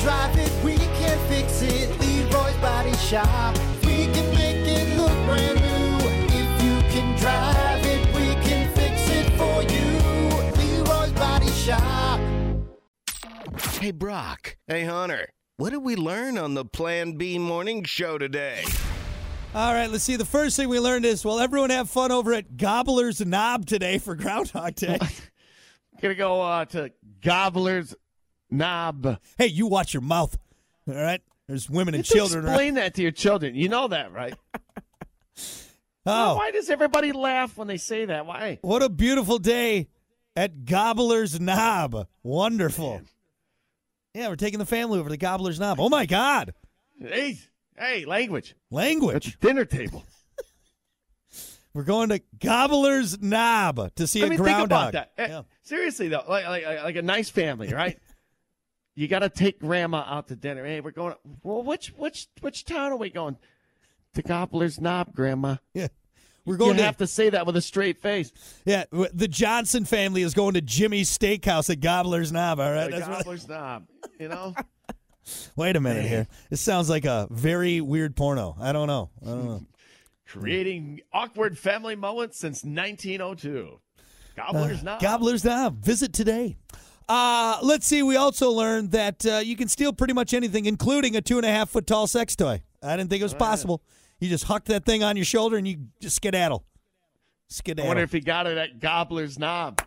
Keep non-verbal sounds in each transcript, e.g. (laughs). drive it, we can fix it. Leroy's Body Shop. We can make it look brand new. If you can drive it, we can fix it for you. Leroy's Body Shop. Hey, Brock, Hey, Hunter, what did we learn on the Plan B morning show today? All right, let's see. The first thing we learned is well, everyone have fun over at Gobbler's Knob today for Groundhog Day. Gonna go uh, to Gobbler's Knob. hey, you watch your mouth. All right, there's women and Just children. around. Explain that to your children. You know that, right? Oh, Why does everybody laugh when they say that? Why? what a beautiful day at Gobbler's Knob. Wonderful. Yeah, we're taking the family over to Gobbler's Knob. Oh my God, Hey, hey, language. At the language. dinner table. We're going to Gobbler's Knob to see I a mean, groundhog. think about that. Eh, Yeah. Seriously though, like, like like a nice (laughs) family, right? you got to take grandma out to dinner. Hey, we're going. Well, which which which town are we going? To Gobbler's Knob, Grandma. Yeah. We're You going to have to say that with a straight face. yeah. w- The Johnson family is going to Jimmy's Steakhouse at Gobbler's Knob. All right, The That's what- Gobbler's Knob. You know. Wait a minute here. This sounds like a very weird porno. I don't know. I don't know. creating awkward family moments since 1902. Uh, Gobbler's Knob. Gobbler's Knob. Visit today. Uh, let's see. We also learned that uh, you can steal pretty much anything, including a two and a half foot tall sex toy. I didn't think it was possible. You just huck that thing on your shoulder and you just skedaddle. I Skedaddle. wonder if he got it at Gobbler's Knob.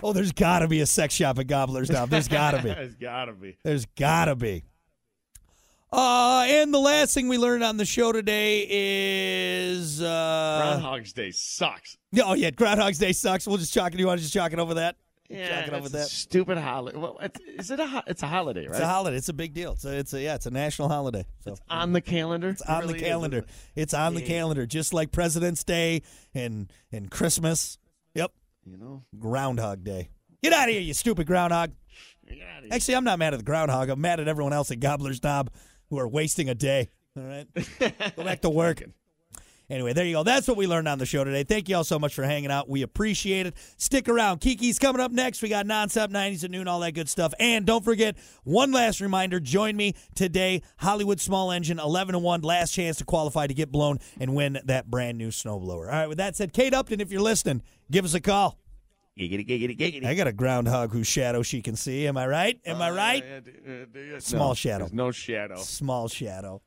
oh, there's got to be a sex shop at Gobbler's Knob. There's got to (laughs) be. It's gotta be. There's gotta be. Uh, and the last thing we learned on the show today is uh, Groundhog's Day sucks. oh yeah, Groundhog's Day sucks. We'll just chalk it. You want to just chalk it over that? Yeah, chalk it up that's with a that. stupid holiday. Well, it's, is it a? ho- It's a holiday, right? It's a holiday. It's a big deal. It's a, it's a yeah. It's a national holiday. So it's on the calendar. It's on the calendar. it's on the calendar, just like President's Day and and Christmas. Yep, You know. Groundhog Day. Get out of here, you stupid groundhog. Get outta here. Actually, I'm not mad at the groundhog. I'm mad at everyone else at Gobbler's Knob who are wasting a day. All right, go back to work. Anyway, there you go. That's what we learned on the show today. Thank you all so much for hanging out. We appreciate it. Stick around. Kiki's coming up next. We got nonstop 90s at noon, all that good stuff. And don't forget, one last reminder join me today, Hollywood Small Engine, 11 1, last chance to qualify to get blown and win that brand new snowblower. All right, with that said, Kate Upton, if you're listening, give us a call. Giggity, giggity, giggity. I got a groundhog whose shadow she can see. Am I right? Am I right? Uh, do- uh, do you- Small no, shadow. there's No shadow. Small shadow.